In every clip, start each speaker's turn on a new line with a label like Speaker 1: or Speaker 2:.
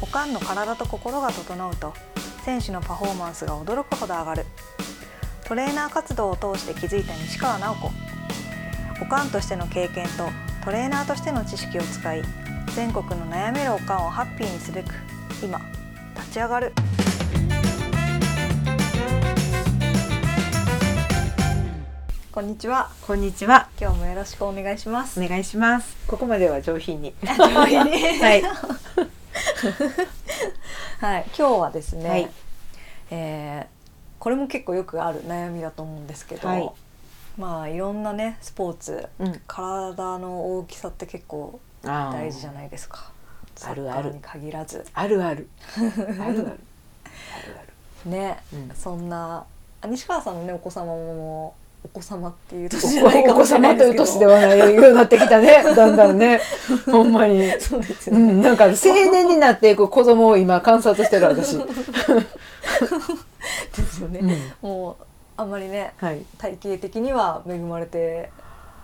Speaker 1: おかんの体と心が整うと選手のパフォーマンスが驚くほど上がるトレーナー活動を通して気づいた西川直子おかんとしての経験とトレーナーとしての知識を使い全国の悩めるおかんをハッピーにすべく今立ち上がるこんにちは
Speaker 2: こんにちは。
Speaker 1: 今日もよろしくお願いします
Speaker 2: お願いします。ここまでは上品に。
Speaker 1: は
Speaker 2: はいい、
Speaker 1: はい、今日はですね、
Speaker 2: はい
Speaker 1: えーこれも結構よくある悩みだと思うんですけど、
Speaker 2: はい
Speaker 1: まあいろんなねスポーツ
Speaker 2: うん、
Speaker 1: 体の大きさって結構大
Speaker 2: 大
Speaker 1: 事じゃないですか。
Speaker 2: あるある
Speaker 1: サッカーに限らず
Speaker 2: あるあ る。あるある。あるある。
Speaker 1: ね、
Speaker 2: うん
Speaker 1: そんなあ西川さんのねお子様もお子様っていう年じゃない
Speaker 2: お
Speaker 1: か
Speaker 2: 子お
Speaker 1: も
Speaker 2: 子
Speaker 1: しれな
Speaker 2: 様
Speaker 1: い
Speaker 2: と
Speaker 1: です
Speaker 2: いう
Speaker 1: けど。
Speaker 2: 年ではないようになってきた ね。だんだんね。ほんまに。
Speaker 1: そうですよ
Speaker 2: う
Speaker 1: ね。
Speaker 2: ん、なんか青年になっていく子供を今観察してる私。う
Speaker 1: ですよね。
Speaker 2: ん、
Speaker 1: もうあんまりね
Speaker 2: はい。
Speaker 1: 体型的には恵まれて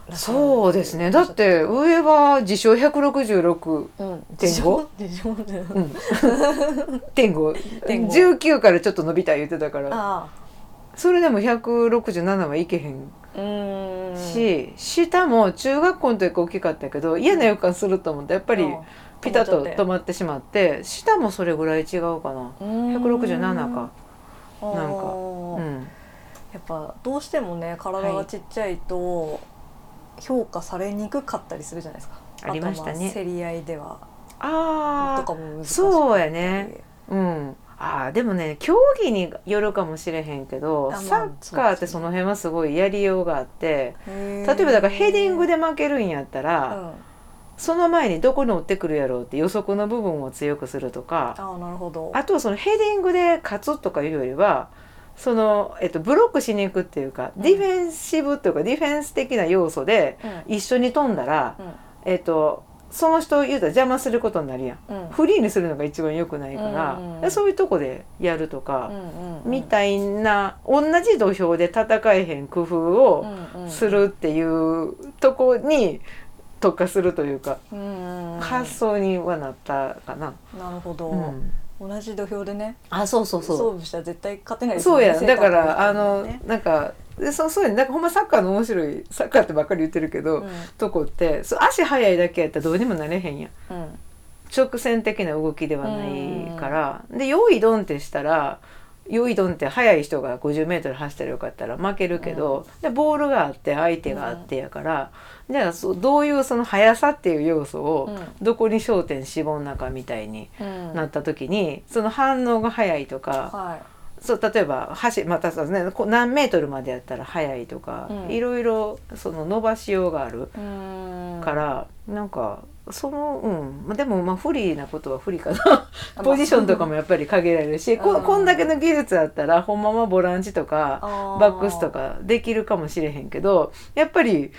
Speaker 1: らっしゃらない
Speaker 2: そうですね。だっ。て上は自称166。
Speaker 1: うん。
Speaker 2: 天 狗
Speaker 1: でしょ。でしょ
Speaker 2: うん。天狗。
Speaker 1: 天狗
Speaker 2: 19からちょっと伸びた言ってたから。
Speaker 1: あ
Speaker 2: それでも167はいけへん
Speaker 1: あ。うーん。
Speaker 2: し、下も中学校の時大きかったけど嫌な予感すると思ってやっぱりピタッと止まってしまって下もそれぐらい違うかな
Speaker 1: うん。
Speaker 2: 167か
Speaker 1: あー。
Speaker 2: なんかう
Speaker 1: やっ
Speaker 2: ん
Speaker 1: ぱどうしてもね体がちっちゃいと評価されにくかったりするじゃないですか。
Speaker 2: ありましたね
Speaker 1: あとあ競り合いではと
Speaker 2: あ
Speaker 1: か
Speaker 2: あ
Speaker 1: も難しい。
Speaker 2: そうやね。うんあーでもね競技によるかもしれへんけ
Speaker 1: あ
Speaker 2: ど
Speaker 1: まあ
Speaker 2: サッカーってその辺はすごいやりようがあって
Speaker 1: 例
Speaker 2: 例
Speaker 1: え
Speaker 2: えばだからヘディング
Speaker 1: で。
Speaker 2: で負けるんやった
Speaker 1: うん。
Speaker 2: ら
Speaker 1: あ
Speaker 2: その前にどこに追ってくるやろうって予測の部分を強くするとか
Speaker 1: あなるほど。
Speaker 2: あとはそのヘディングで勝つとかいうよりはその、えっと、ブロックしに行くっていうか
Speaker 1: うん
Speaker 2: ディフェンシブというかディフェンス的な要素で
Speaker 1: うん。
Speaker 2: 一緒に飛んだら、えっと、その人を言うたら邪魔することになるやん
Speaker 1: うん。
Speaker 2: フリーにするのが一番良くないから、
Speaker 1: うんうんうん
Speaker 2: でそういうとこでやると
Speaker 1: う
Speaker 2: か、
Speaker 1: ん。うん。
Speaker 2: みたいな同じ土俵で戦えへん工夫を
Speaker 1: い
Speaker 2: す。るっていうとこに特化するというか、
Speaker 1: うんうんうん。
Speaker 2: 発想にはなったかな。
Speaker 1: なるほど。
Speaker 2: うん
Speaker 1: 同じ土俵でね
Speaker 2: あそうそうそう
Speaker 1: 勝負したら絶対勝てないです
Speaker 2: そ
Speaker 1: もん
Speaker 2: う
Speaker 1: ね
Speaker 2: やだからあの
Speaker 1: ね
Speaker 2: なんかでそうそうやなんかほんまサッカーの面白いサッカーってばっかり言ってるけど、
Speaker 1: うん
Speaker 2: とこってそう足速いだけやったらどうにもなれへんやん
Speaker 1: うん
Speaker 2: 直線的な動きではないから、で用意ドンってしたら用意ドンって速い人が 50m 走ったらよかったら負けるけど、でボールがあって相手があってやから、じゃあそうどういうその速さっていう要素をどこに焦点絞んなかみたいに
Speaker 1: うん
Speaker 2: なった時に、その反応が速いとか。
Speaker 1: は
Speaker 2: そう例えば走またそうですねこう何メートルまでやったら速いとか、
Speaker 1: うん
Speaker 2: いろいろその伸ばしようがある
Speaker 1: いうん
Speaker 2: から、なんかそのうんまあでもまあ不利なことは不 利かなポジションとかもやっぱり限られるし、
Speaker 1: う
Speaker 2: こ
Speaker 1: ん
Speaker 2: こんだけの技術あったらほんまはボランチとか
Speaker 1: バ
Speaker 2: バックスとかできるかもしれへんけどやっぱり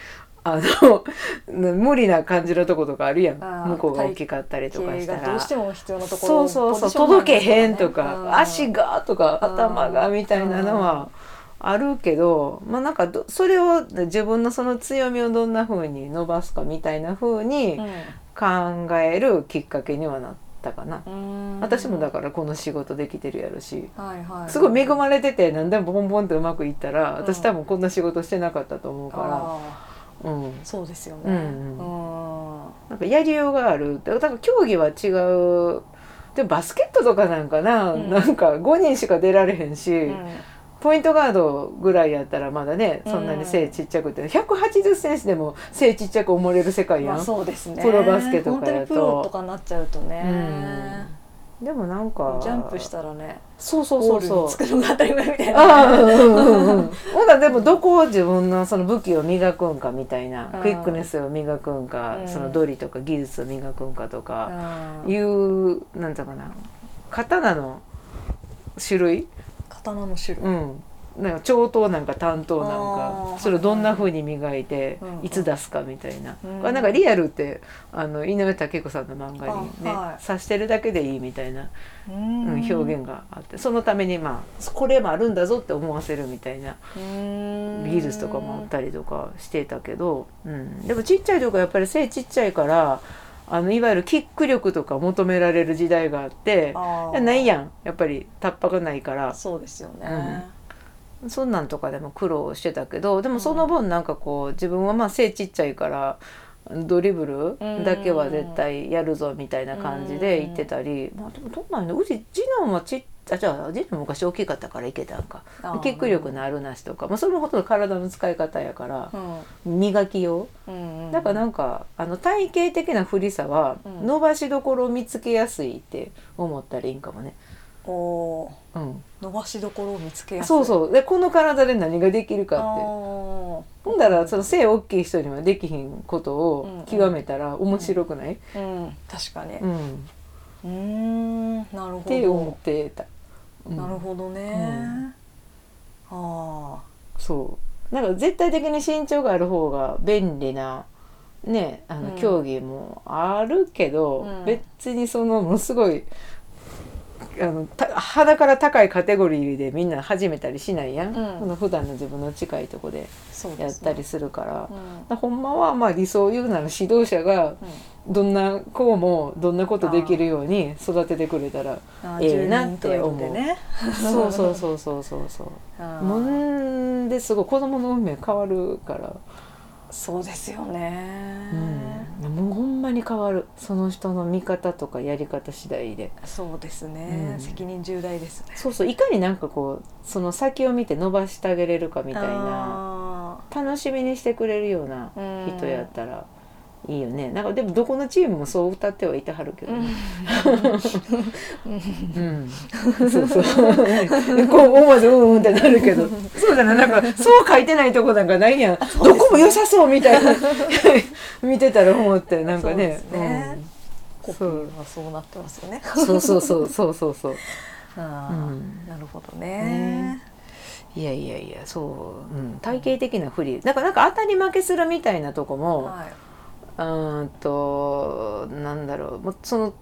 Speaker 2: あの 無理な感じのとことかあるやん
Speaker 1: あー
Speaker 2: 向こうが大きかったりとかした
Speaker 1: ど
Speaker 2: ら
Speaker 1: うし。ても必要なとこ
Speaker 2: そ
Speaker 1: ろ
Speaker 2: うそうそ
Speaker 1: ポ
Speaker 2: う
Speaker 1: ジションなんで
Speaker 2: 届け
Speaker 1: すよね
Speaker 2: へんとか、
Speaker 1: うん
Speaker 2: 足がとか
Speaker 1: うん
Speaker 2: 頭がみたいなのはあるけど、まあなんかどそれを自分のその強みをどんな風に伸ばすかみたいな風に考えるきっかけにはなったかな、
Speaker 1: うん
Speaker 2: 私もだからこの仕事できてるやろし
Speaker 1: らはいはい
Speaker 2: すごい恵まれてて何でもボンボンってうまくいったら
Speaker 1: ん
Speaker 2: 私多分こんな仕事してなかったと思うか
Speaker 1: あ
Speaker 2: ら、うん、
Speaker 1: ーそうですよね
Speaker 2: うんう
Speaker 1: うん
Speaker 2: なんかやりようがあるだから競技は違うでもバスケットとかなんかな、
Speaker 1: うん
Speaker 2: なんか5人しか出られへんし、
Speaker 1: うん
Speaker 2: ポイントガードぐらいやったらまだねそんなに背ちっちゃくて、180センチでも背ちっちゃく思われる世界や
Speaker 1: ま
Speaker 2: ん、
Speaker 1: あそうですね
Speaker 2: プロバスケとか
Speaker 1: 本当
Speaker 2: やと
Speaker 1: にプロとかになっちゃうとね
Speaker 2: でもなんか
Speaker 1: ジャンプしたらね
Speaker 2: そうそうそ
Speaker 1: ゴ
Speaker 2: う
Speaker 1: ールにつ
Speaker 2: そう
Speaker 1: くのが当たり前みたいな
Speaker 2: ああうんうんうんうんほらでもどこを自分のその武器を磨くんかみたいな、
Speaker 1: うん
Speaker 2: クイックネスを磨くんか、
Speaker 1: うん
Speaker 2: そのドリとか技術を磨くんかとか、
Speaker 1: うん
Speaker 2: いうなんていうのかな刀の種類、
Speaker 1: 刀の種類
Speaker 2: うん、なんか長刀なんか短刀なん
Speaker 1: あー
Speaker 2: かそれをどんな風に磨いて
Speaker 1: うんうん
Speaker 2: いつ出すかみたいな、
Speaker 1: うん
Speaker 2: これなんかリアルってあの井上武子さんの漫画に
Speaker 1: あ
Speaker 2: ね、
Speaker 1: はい
Speaker 2: 指してるだけでいいみたいな、
Speaker 1: う
Speaker 2: うん
Speaker 1: ん
Speaker 2: 表現があってそのためにまあこれもあるんだぞって思わせるみたいな
Speaker 1: 技
Speaker 2: 技術とかもあったりとかしてたけど、うん、でもちっちゃいとかやっぱり背ちっちゃいからあのいわゆるキック力とか求められる時代があって
Speaker 1: あー
Speaker 2: ないやんやっぱりタッパがないから
Speaker 1: そうですよね、
Speaker 2: そんなんとかでも苦労してたけどでもその分なんかこう自分はまあ背ちっちゃいからドリブルだけは絶対やるぞみたいな感じで言ってたり、まあでもどうなんやろうち次男はちっあじゃあ次男昔大きかったからいけたんか
Speaker 1: あー
Speaker 2: キック力のあるなしとか、まあ、それもほとんど体の使い方やから
Speaker 1: う、ん
Speaker 2: 磨きよう
Speaker 1: うんうん
Speaker 2: だからなんかあの体型的な不利さは
Speaker 1: うん
Speaker 2: 伸ばしどころを見つけやすいって思ったらいいんかもね。
Speaker 1: おー
Speaker 2: うん、
Speaker 1: 伸ばしどころを見つけやすい
Speaker 2: そうそうでこの体で何ができる
Speaker 1: う
Speaker 2: かってほんだらその背大きい人にはできひんこと
Speaker 1: うんう
Speaker 2: を
Speaker 1: ん
Speaker 2: 極めたら面白くない、
Speaker 1: うん確かに
Speaker 2: うん
Speaker 1: うーんなる
Speaker 2: って思
Speaker 1: ほ
Speaker 2: ってた。うん
Speaker 1: どなるほどねあ
Speaker 2: そうなんか絶対的に身長がある方が便利なねあの
Speaker 1: うん
Speaker 2: 競技もあるけど、
Speaker 1: うん
Speaker 2: 別にそのものすごいあのた鼻から高いカテゴリーでみんな始めたりしないやん、
Speaker 1: うん
Speaker 2: その普段の自分の近いとこで
Speaker 1: あそう
Speaker 2: や
Speaker 1: で
Speaker 2: っ
Speaker 1: す
Speaker 2: た
Speaker 1: ね
Speaker 2: りするから。
Speaker 1: うん
Speaker 2: ほんまはまあ理想を言うなら指導者がどんな子もどんなことできるように育ててくれたら
Speaker 1: あ
Speaker 2: ええな
Speaker 1: 住民投票でね
Speaker 2: そうそうそうそうそうそう
Speaker 1: あ
Speaker 2: も
Speaker 1: ー
Speaker 2: んですごい子供の運命変わるから
Speaker 1: そうですよね
Speaker 2: うん、もうほんまに変わるその人の見方とかやり方次第で
Speaker 1: そうですね
Speaker 2: うん
Speaker 1: 責任重大ですね
Speaker 2: そうそういかになんかこうその先を見て伸ばしてあげれるかみたいな
Speaker 1: あ
Speaker 2: 楽しみにしてくれるような
Speaker 1: ーうん
Speaker 2: 人やったらいいよねなんかでもどこのチームもそう歌ってはいてはるけどねうん、そうそうこう思わずうんうんってなるけどそうだななんかそう書いてないとこなんかないやん、どこも良さそうみたいな 見てたら思ってなんかね
Speaker 1: そうですねコピ
Speaker 2: そう
Speaker 1: ーはそうなってますよね
Speaker 2: うんそうそうそうそうそうそう
Speaker 1: あ
Speaker 2: うん
Speaker 1: ーなるほどね
Speaker 2: ねいやいやいやそう、うん、体系的な不利だからなんか当たり負けするみたいなとこも
Speaker 1: はいう
Speaker 2: ーんとなんだろうもうその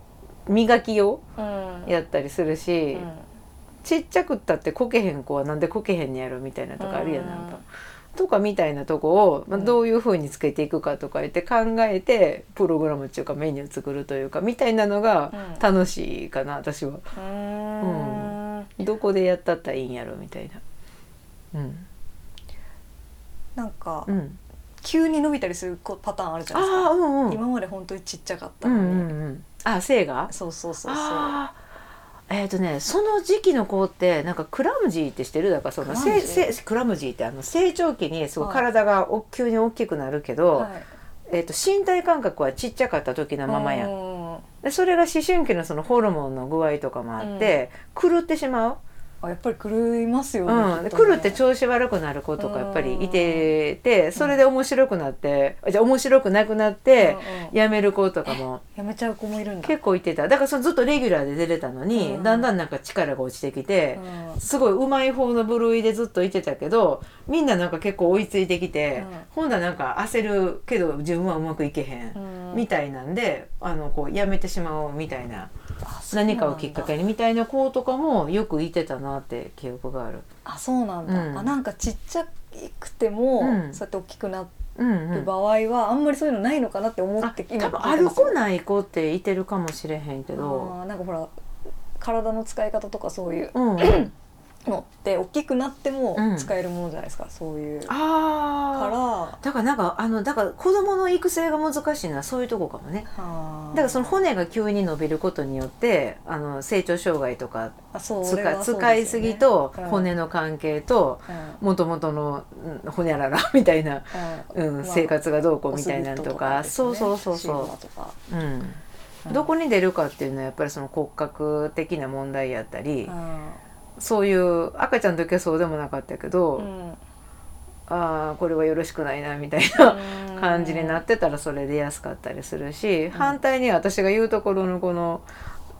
Speaker 2: 磨きを
Speaker 1: うん
Speaker 2: やったりするし、
Speaker 1: うん
Speaker 2: ちっちゃくったってこけへん子はなんでこけへんねやろみたいなとかあるやんなんか。とかみたいなとこを、まあ、
Speaker 1: うん
Speaker 2: どういうふうにつけていくかとか言って考えてプログラムっていうかメニュー作るというかみたいなのが
Speaker 1: うん
Speaker 2: 楽しいかな私は。
Speaker 1: うーん
Speaker 2: どこでやったったらいいんやろみたいな。うん
Speaker 1: なんか
Speaker 2: うん、
Speaker 1: 急に伸びたりするこパターンあるじゃないです
Speaker 2: ああ
Speaker 1: か
Speaker 2: うんうん
Speaker 1: 今まで本当にちっちゃかった
Speaker 2: う
Speaker 1: の
Speaker 2: ん
Speaker 1: に、
Speaker 2: うんうんあ性が
Speaker 1: そうそうそうそう
Speaker 2: あーえっ、とねその時期の子ってなんかクラムジーってしてるだからそ
Speaker 1: クラ
Speaker 2: の
Speaker 1: ム
Speaker 2: せ
Speaker 1: ジー
Speaker 2: せクラムジーってあの成長期にすごい
Speaker 1: はい
Speaker 2: 体がお急に大きくなるけど、
Speaker 1: はい
Speaker 2: えー、と身体感覚はちっちゃかった時のままやん
Speaker 1: うんあ
Speaker 2: でそれが思春期のそのホルモンの具合とかもあって、狂ってしまう、
Speaker 1: やっぱり狂いますよね,きっとね、
Speaker 2: うん、で狂って調子悪くなる子とかやっぱりいててそれで面白くなってあじゃあ面白くなくなっ
Speaker 1: うん
Speaker 2: て
Speaker 1: うん
Speaker 2: やめる子とかも
Speaker 1: やめちゃう子もいるんだ
Speaker 2: 結構いてただからそのずっとレギュラーで出れたのに、
Speaker 1: うん
Speaker 2: だんだんなんか力が落ちてきて、
Speaker 1: うん
Speaker 2: すごい上手い方の部類でずっといてたけどみんななんか結構追いついてきて、
Speaker 1: うん
Speaker 2: ほんだらなんか焦るけど自分はうまくいけへん。
Speaker 1: うん
Speaker 2: みたいなんであのこうやめてしまおうみたいな
Speaker 1: あそうなん
Speaker 2: 何
Speaker 1: だ
Speaker 2: かをきっかけにみたいな子とかもよくいてたなって記憶がある。
Speaker 1: あそうなんだ、
Speaker 2: うん
Speaker 1: あなんかちっちゃくても、
Speaker 2: うん
Speaker 1: そうやって大きくな
Speaker 2: うんう
Speaker 1: る
Speaker 2: ん、
Speaker 1: 場合はあんまりそういうのないのかなって思
Speaker 2: あ
Speaker 1: って聞
Speaker 2: 多分
Speaker 1: いてま
Speaker 2: 歩
Speaker 1: すよ
Speaker 2: こない子っていてるかもしれへんけど、
Speaker 1: あーなんかほら体の使い方とかそういう
Speaker 2: うん、あ
Speaker 1: のって大きくなっても
Speaker 2: うん
Speaker 1: 使えるものじゃないですか、そういうか
Speaker 2: あ
Speaker 1: ら
Speaker 2: だからなんかあのだから子供の育成が難しいのはそういうとこかもね。だからその骨が急に伸びることによってあの成長障害とか
Speaker 1: あそう
Speaker 2: 使,、
Speaker 1: それはそうですよね
Speaker 2: 使いすぎと
Speaker 1: うん
Speaker 2: 骨の関係と
Speaker 1: うんうん
Speaker 2: もともとのうんほにゃら らみたいなうん
Speaker 1: まあ
Speaker 2: 生活がどうこうみたいな
Speaker 1: オ
Speaker 2: の
Speaker 1: スビット
Speaker 2: とか
Speaker 1: ですね
Speaker 2: そうそうそう
Speaker 1: シグマ
Speaker 2: そ
Speaker 1: とか
Speaker 2: う、うん
Speaker 1: うん
Speaker 2: どこに出るかっていうのはやっぱりその骨格的な問題やったり、
Speaker 1: う
Speaker 2: そういう赤ちゃんの時はそうでもなかったけど、
Speaker 1: んうん
Speaker 2: ああこれはよろしくないなみたいな
Speaker 1: うん
Speaker 2: 感じになってたらそれで安かったりするし、反対に私が言うところのこの。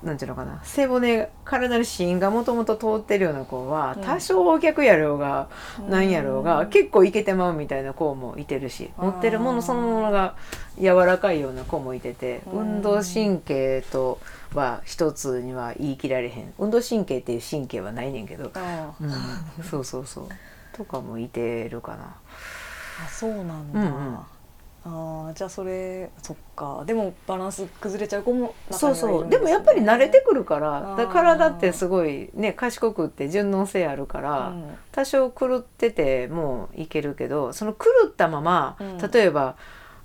Speaker 2: なんていうのかな背骨体に芯がもともと通ってるような子は
Speaker 1: うん
Speaker 2: 多少逆やろうが
Speaker 1: うん
Speaker 2: なんやろうが結構いけてまうみたいな子もいてるし
Speaker 1: あー
Speaker 2: 持ってるものそのものが柔らかいような子もいてて
Speaker 1: うん
Speaker 2: 運動神経とは一つには言い切られへん運動神経っていう神経はないねんけ
Speaker 1: う
Speaker 2: ど、
Speaker 1: んあ
Speaker 2: うん、そうそうそうとかもいてるかな。
Speaker 1: そうなん
Speaker 2: うんうん
Speaker 1: だああじゃあそれそっかでもバランス崩れちゃう子も中
Speaker 2: そ
Speaker 1: に
Speaker 2: う
Speaker 1: はい
Speaker 2: そ
Speaker 1: る
Speaker 2: うんです
Speaker 1: ね
Speaker 2: もやっぱり慣れてくるから
Speaker 1: あー
Speaker 2: だから体ってすごいね賢くって順応性あるか
Speaker 1: う
Speaker 2: ら、
Speaker 1: ん
Speaker 2: 多少狂っててもいけるけどその狂ったまま、
Speaker 1: うん
Speaker 2: 例えば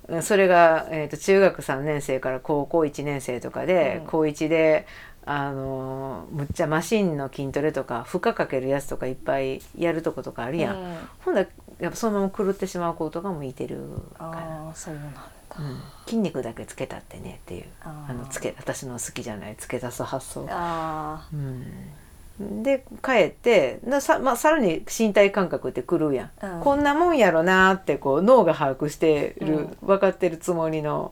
Speaker 2: うんそれが、えー、と中学3年生から高校1年生とかで、
Speaker 1: うん
Speaker 2: 高1で。あのーむっちゃマシンの筋トレとか負荷かけるやつとかいっぱいやるとことかあるやん、
Speaker 1: うん
Speaker 2: ほんだらやっぱそのまま狂ってしまう子とかもいてるから
Speaker 1: ああそうなんだ
Speaker 2: うん筋肉だけつけたってねっていう
Speaker 1: あー
Speaker 2: あのつけ私の好きじゃないつけ出す発想、
Speaker 1: あ
Speaker 2: うん、で帰ってなさ,、まあ、さらに身体感覚って狂うやん、
Speaker 1: うん
Speaker 2: こんなもんやろなーってこう脳が把握してる、
Speaker 1: う
Speaker 2: 分かってるつもり
Speaker 1: あう
Speaker 2: の
Speaker 1: ん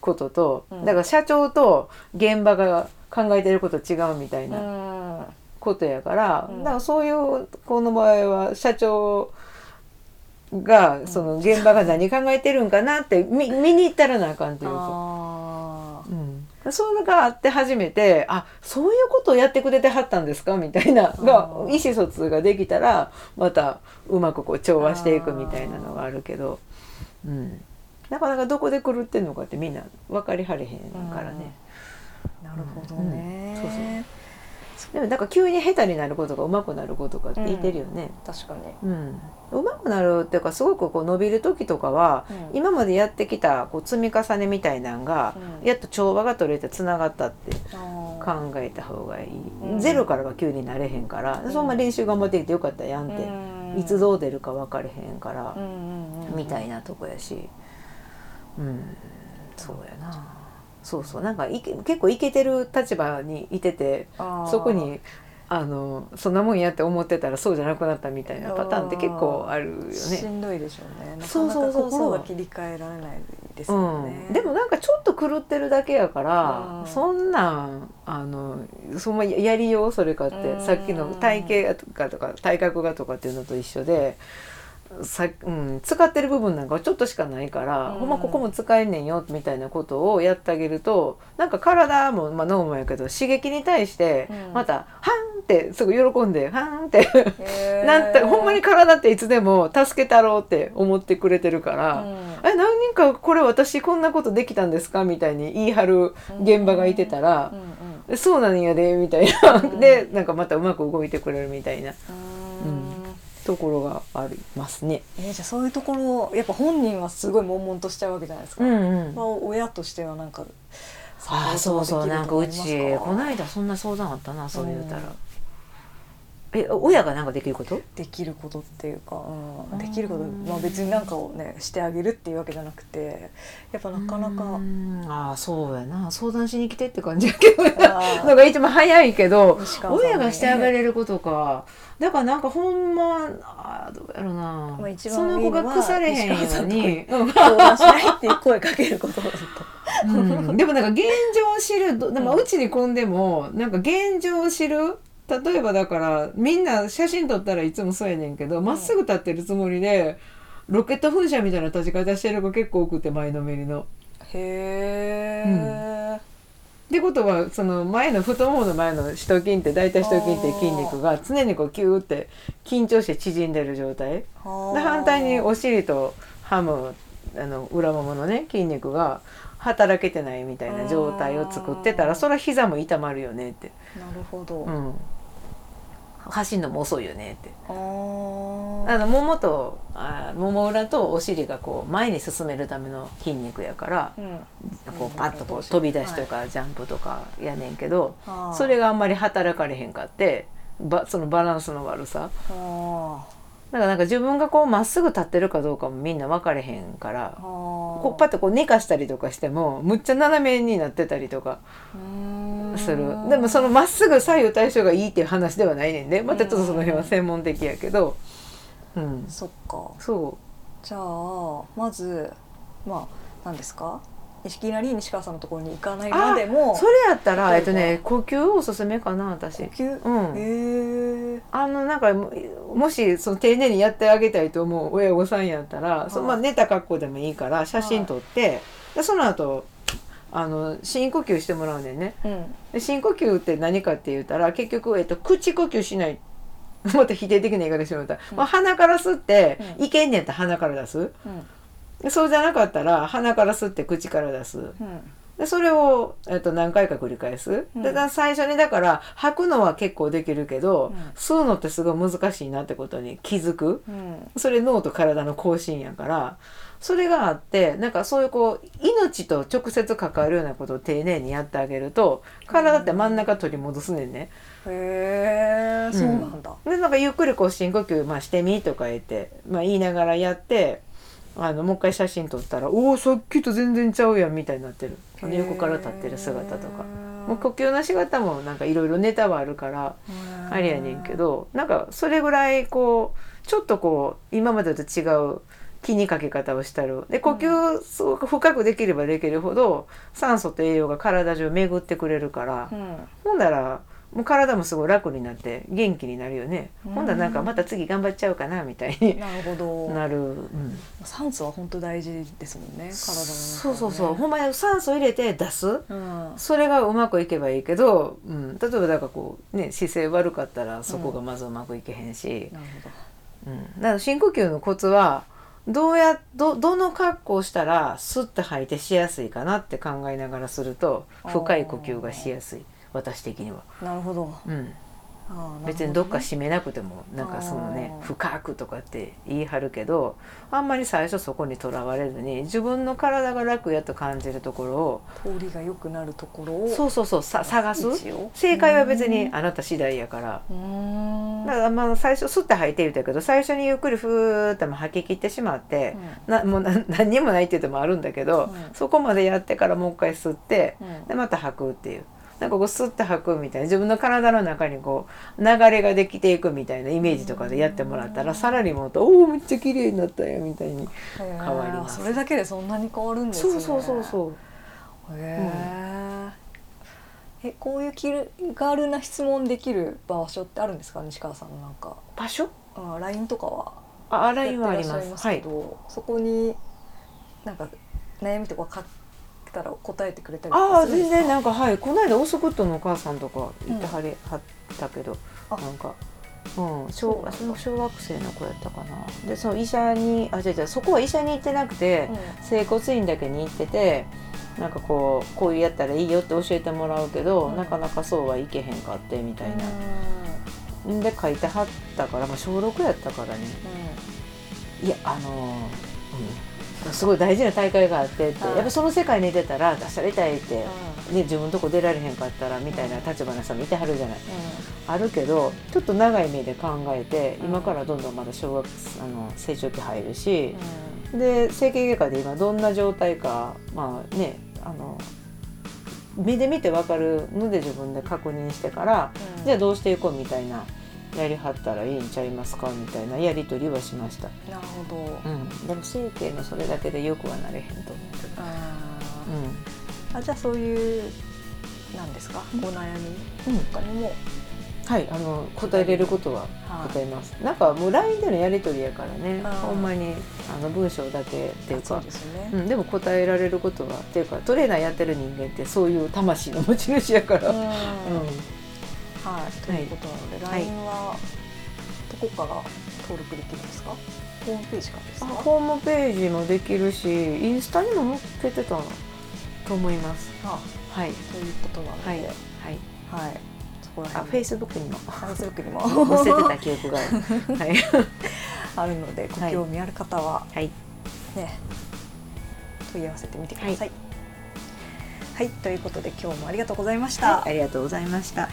Speaker 2: ことと、
Speaker 1: うん
Speaker 2: だから社長と現場が考えてること違うみたいな
Speaker 1: うん
Speaker 2: ことやから、
Speaker 1: うん
Speaker 2: だからそういう子の場合は社長がその現場が何考えてるんかなって見見に行ったらなあかんというか、
Speaker 1: あ
Speaker 2: うん、そういうのがあって初めてあそういうことをやってくれてはったんですかみたいなが
Speaker 1: あー
Speaker 2: 意思疎通ができたらまたうまくこう調和していくみたいなのがあるけど、うん、なかなかどこで狂ってんのかってみんな分かりはれへんからね。
Speaker 1: あなるほどね、
Speaker 2: うんそうそうでもなんか急に下手になることか上手くなることかって言ってるよね。
Speaker 1: 確かに
Speaker 2: うん、上手くなるっていうかすごくこう伸びる時とかは、
Speaker 1: うん
Speaker 2: 今までやってきたこう積み重ねみたいなんが、
Speaker 1: うん
Speaker 2: やっと調和が取れてつながったって
Speaker 1: あー
Speaker 2: 考えた方がいい、
Speaker 1: うん
Speaker 2: ゼロからは急になれへんから、
Speaker 1: ん
Speaker 2: そんな練習頑張ってきてよかったやんって、
Speaker 1: うん
Speaker 2: いつどう出るか分かれへんから
Speaker 1: う、んうんうん
Speaker 2: みたいなとこやしうんそうやなそうそうなんかいけ結構いけてる立場にいてて
Speaker 1: あー
Speaker 2: そこにあのそんなもんやって思ってたらそうじゃなくなったみたいなパターンって結構あるよ
Speaker 1: し
Speaker 2: ね。
Speaker 1: んどいでしょうねなか
Speaker 2: そう
Speaker 1: な
Speaker 2: そう
Speaker 1: か
Speaker 2: そうそう
Speaker 1: 心が切り替えられないです
Speaker 2: う
Speaker 1: よね、
Speaker 2: ん、でもなんかちょっと狂ってるだけやから、
Speaker 1: うん
Speaker 2: そんなんあのそんなやりようそれかって、
Speaker 1: うん
Speaker 2: さっきの体型がとかとか体格がとかっていうのと一緒でさ、うん、使ってる部分なんかはちょっとしかないから、
Speaker 1: うん
Speaker 2: ほんまここも使えんねんよみたいなことをやってあげるとなんか体も、まあ、脳もやけど刺激に対して
Speaker 1: うん
Speaker 2: また「はん!」ってすぐ喜んで「はん!」って。
Speaker 1: へー
Speaker 2: なんてほんまに体っていつでも助けたろうって思ってくれてるから、
Speaker 1: うん
Speaker 2: え何人かこれ私こんなことできたんですかみたいに言い張る現場がいてたら
Speaker 1: う、んうん
Speaker 2: えそうなんやでみたいな、
Speaker 1: ん
Speaker 2: でなんかまたうまく動いてくれるみたいな
Speaker 1: うん
Speaker 2: ところがありますね。
Speaker 1: えーじゃあそういうところやっぱ本人はすごい悶々としちゃうわけじゃないですか、
Speaker 2: ん
Speaker 1: まあ、親としてはなんか
Speaker 2: ああそうそうなんかうちこ
Speaker 1: な
Speaker 2: ないだそんな相談あったなそう言うたら。え親がなんかできること
Speaker 1: できることっていうか、う、
Speaker 2: うんん
Speaker 1: できること、まあ、別になんかをねしてあげるっていうわけじゃなくてやっぱなかな
Speaker 2: う
Speaker 1: か
Speaker 2: んああそうやな相談しに来てって感じやけどね
Speaker 1: あー
Speaker 2: のが一番早いけど
Speaker 1: 西川さんね
Speaker 2: 親がしてあげれることかだからなんかほんまあーどうやろな、
Speaker 1: まあ一
Speaker 2: そ
Speaker 1: 番
Speaker 2: の子が腐れへんように、
Speaker 1: 相談しないっていう声かけることだと
Speaker 2: うんでもなんか現状を知るどでもうちに来んでもなんか現状を知る例えばだからみんな写真撮ったらいつもそうやねんけどまっすぐ立ってるつもりでロケット噴射みたいな立ち方してる子結構多くて前のめりの。
Speaker 1: へえ、
Speaker 2: ってことはその前の太ももの前の四頭筋って大体四頭筋って筋肉が常にこうキューって緊張して縮んでる状態で
Speaker 1: はあ
Speaker 2: 反対にお尻とハムあの裏もものね筋肉が働けてないみたいな状態を作ってた
Speaker 1: あ
Speaker 2: ら
Speaker 1: ー
Speaker 2: それは膝も痛まるよねって、
Speaker 1: なるほど、
Speaker 2: う
Speaker 1: あ
Speaker 2: ん、走るのも遅いよねって
Speaker 1: ー
Speaker 2: あのももとあーもも裏とお尻がこう前に進めるための筋肉やから
Speaker 1: うん
Speaker 2: こうパッとこう飛び出しとかジャンプとかやねんけど。
Speaker 1: あー
Speaker 2: それがあんまり働かれへんかってばそのバランスの悪さ
Speaker 1: あ
Speaker 2: だからなんか自分がこうまっすぐ立ってるかどうかもみんな分かれへんからこ
Speaker 1: こ
Speaker 2: うパッとこう寝かしたりとかしてもむっちゃ斜めになってたりとかするでもそのまっすぐ左右対称がいいっていう話ではないねんでまたちょっとその辺は専門的やけどうん
Speaker 1: そっか
Speaker 2: そ
Speaker 1: じゃあまずまあ何ですかいきなり西川さんのところに行かないまで
Speaker 2: う
Speaker 1: も
Speaker 2: それやったら
Speaker 1: 例えば
Speaker 2: えっとね呼吸おすすめかな私
Speaker 1: 呼吸
Speaker 2: うん
Speaker 1: へえ
Speaker 2: あのなんかももしその丁寧にやってあげたいと思う親御さんやったら、そ
Speaker 1: はい
Speaker 2: まあ、寝た格好でもいいから写真撮って、でその後あの深呼吸してもらうねんね
Speaker 1: うん
Speaker 2: で深呼吸って何かって言ったら結局、えっと、口呼吸しない また否定的な言い方してもらったら、まあ、鼻から吸って、
Speaker 1: うん
Speaker 2: いけんねんって鼻から出す
Speaker 1: うん
Speaker 2: でそうじゃなかったら鼻から吸って口から出す
Speaker 1: うん
Speaker 2: でそれを、えっと、何回か繰り返す、
Speaker 1: うん
Speaker 2: でだ最初にだから吐くのは結構できるけど、
Speaker 1: うん
Speaker 2: 吸うのってすごい難しいなってことに気づく
Speaker 1: うん
Speaker 2: それ脳と体の更新やからそれがあってなんかそういうこう命と直接関わるようなことを丁寧にやってあげると体って真ん中取り戻すねんね。
Speaker 1: へえそうなんだ
Speaker 2: でなんかゆっくりこう深呼吸、まあ、してみとか言って、まあ、言いながらやってあのもう一回写真撮ったら「おおさっきと全然ちゃうやん」みたいになってるあの横から立ってる姿とかもう呼吸の仕方もなんかいろいろネタはあるからありやねんけ
Speaker 1: ど
Speaker 2: どなんかそれぐらいこうちょっとこう今までと違う気にかけ方をしたるで呼吸すごく深くできればできるほど酸素と栄養が体中巡ってくれるから。
Speaker 1: うん
Speaker 2: ほんならもう体もすごい楽になって元気になるよね。
Speaker 1: うん
Speaker 2: ほんならなんかまた次頑張っちゃうかなみたいに
Speaker 1: なるほど
Speaker 2: なる。うん、
Speaker 1: 酸素は本当大事ですもんね体の中はね
Speaker 2: そうそうそう。ほんまに酸素入れて出す。
Speaker 1: うん
Speaker 2: それがうまくいけばいいけど、うん、例えばだからこうね姿勢悪かったらそこがまずうまくいけへんし、
Speaker 1: なるほど
Speaker 2: うんだから深呼吸のコツはどうやどどの格好をしたらスッて吐いてしやすいかなって考えながらすると深い呼吸がしやすい私的には。
Speaker 1: なるほど
Speaker 2: うん
Speaker 1: あーなるほど
Speaker 2: 別にどっか閉めなくてもなんかそのね
Speaker 1: あー
Speaker 2: 深くとかって言い張るけどあんまり最初そこにとらわれずに自分の体が楽やと感じるところを
Speaker 1: 通りが良くなるところを
Speaker 2: そうそうそうさ探す
Speaker 1: 一応
Speaker 2: 正解は別
Speaker 1: う
Speaker 2: に
Speaker 1: ん
Speaker 2: あなた次第やから。
Speaker 1: うーん
Speaker 2: だからまあ最初すって吐いてるんだけど最初にゆっくりふーっとも吐き切ってしまって、なもうな 何にもないって言ってもあるんだけど、
Speaker 1: うん
Speaker 2: そこまでやってからもう一回吸って、
Speaker 1: うんうん
Speaker 2: でまた吐くっていうなんかこうスッと吐くみたいな自分の体の中にこう流れができていくみたいなイメージとかでやってもらったらさらにもっと「おおめっちゃ綺麗になったよ」みたいに、
Speaker 1: 変
Speaker 2: わります
Speaker 1: それだけでそんなに変わるんですね
Speaker 2: そうそうそうそう
Speaker 1: へえ、えこういう気軽な質問できる場所ってあるんですか西川さんのなんか、
Speaker 2: 場所
Speaker 1: うん、LINE とかは
Speaker 2: ああ
Speaker 1: や
Speaker 2: ら
Speaker 1: って
Speaker 2: ゆはあ
Speaker 1: らっ
Speaker 2: り
Speaker 1: しゃ
Speaker 2: ま
Speaker 1: い
Speaker 2: す
Speaker 1: ます
Speaker 2: は
Speaker 1: け
Speaker 2: い
Speaker 1: ど、そこになんか悩みとか書けたら答えてくれたりと
Speaker 2: あ
Speaker 1: か
Speaker 2: あ
Speaker 1: するんで
Speaker 2: 全
Speaker 1: すか
Speaker 2: 然なんかはいこの間オーソクットのお母さんとか行ってはれ、はったけど
Speaker 1: あ
Speaker 2: なんか。うん、
Speaker 1: そう
Speaker 2: 小
Speaker 1: なんだ
Speaker 2: その小学生の子やったかなでその医者にあ違う違うそこは医者に行ってなくて、整骨院だけに行っててなんかこうこういうやったらいいよって教えてもらうけど、
Speaker 1: うん
Speaker 2: なかなかそうはいけへんかってみたいな、ん、で書いてはったから、まあ、小6やったからねいやあのーうん、すごい大事な大会があってって、
Speaker 1: はい
Speaker 2: やっぱその世界に出たら出されたいって、で自分のとこ出られへんかったらみたいな立場の人もいてはるじゃないあるけどちょっと長い目で考えて
Speaker 1: うん
Speaker 2: 今からどんどんまだ小学あの成長期入るし、で整形外科で今どんな状態かまあねあの目で見て分かるので自分で確認してからじゃあどうしていこうみたいなやりはったらいいんちゃいますかみたいなやり取りはしました、
Speaker 1: あなるほど
Speaker 2: うん、でも整形のそれだけでよくはなれへんと思うけど
Speaker 1: あー
Speaker 2: う
Speaker 1: あじゃあそういうなんですかお悩み
Speaker 2: ん、うん、
Speaker 1: 他にも
Speaker 2: はいあの答えれることは答えます、なんかもう LINE でのやり取りやからね
Speaker 1: あー
Speaker 2: ほんまにあの文章だけっていう
Speaker 1: そう
Speaker 2: か
Speaker 1: ですね、
Speaker 2: うん、でも答えられることはっていうかトレーナーやってる人間ってそういう魂の持ち主やから、
Speaker 1: う
Speaker 2: うんん
Speaker 1: はい、ということなので、
Speaker 2: はい
Speaker 1: LINE はどこから登録できるんですかホームページからですか
Speaker 2: あホームページもできるしインスタにも載っけてたと思います
Speaker 1: あ
Speaker 2: はい
Speaker 1: ということなので、
Speaker 2: は
Speaker 1: はいい
Speaker 2: はい
Speaker 1: そこら
Speaker 2: あ
Speaker 1: 辺
Speaker 2: フェイスブックに も
Speaker 1: フェイスブックにも
Speaker 2: 載せてた記憶があるはい、
Speaker 1: あるのでご興味ある方は
Speaker 2: はい、
Speaker 1: ね、問い合わせてみ てください。はい、ということで今日もありがとうございました。
Speaker 2: ありがとうございました